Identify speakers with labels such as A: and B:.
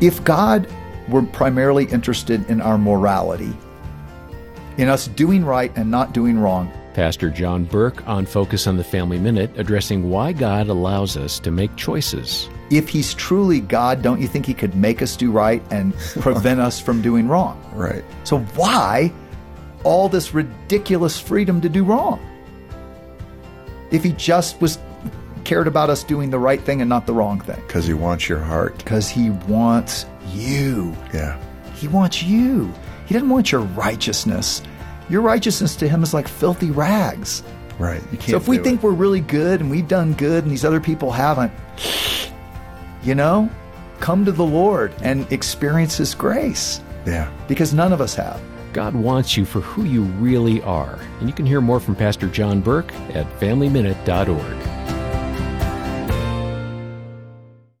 A: If God were primarily interested in our morality, in us doing right and not doing wrong,
B: Pastor John Burke on Focus on the Family Minute addressing why God allows us to make choices.
A: if He's truly God, don't you think He could make us do right and prevent us from doing wrong?
C: Right.
A: So why all this ridiculous freedom to do wrong? If he just was cared about us doing the right thing and not the wrong thing.
C: Because he wants your heart.
A: Because he wants you.
C: Yeah.
A: He wants you. He doesn't want your righteousness. Your righteousness to him is like filthy rags.
C: Right. You can't
A: So if we
C: do
A: think
C: it.
A: we're really good and we've done good and these other people haven't, you know, come to the Lord and experience his grace
C: Yeah.
A: because none of us have.
B: God wants you for who you really are. And you can hear more from Pastor John Burke at FamilyMinute.org.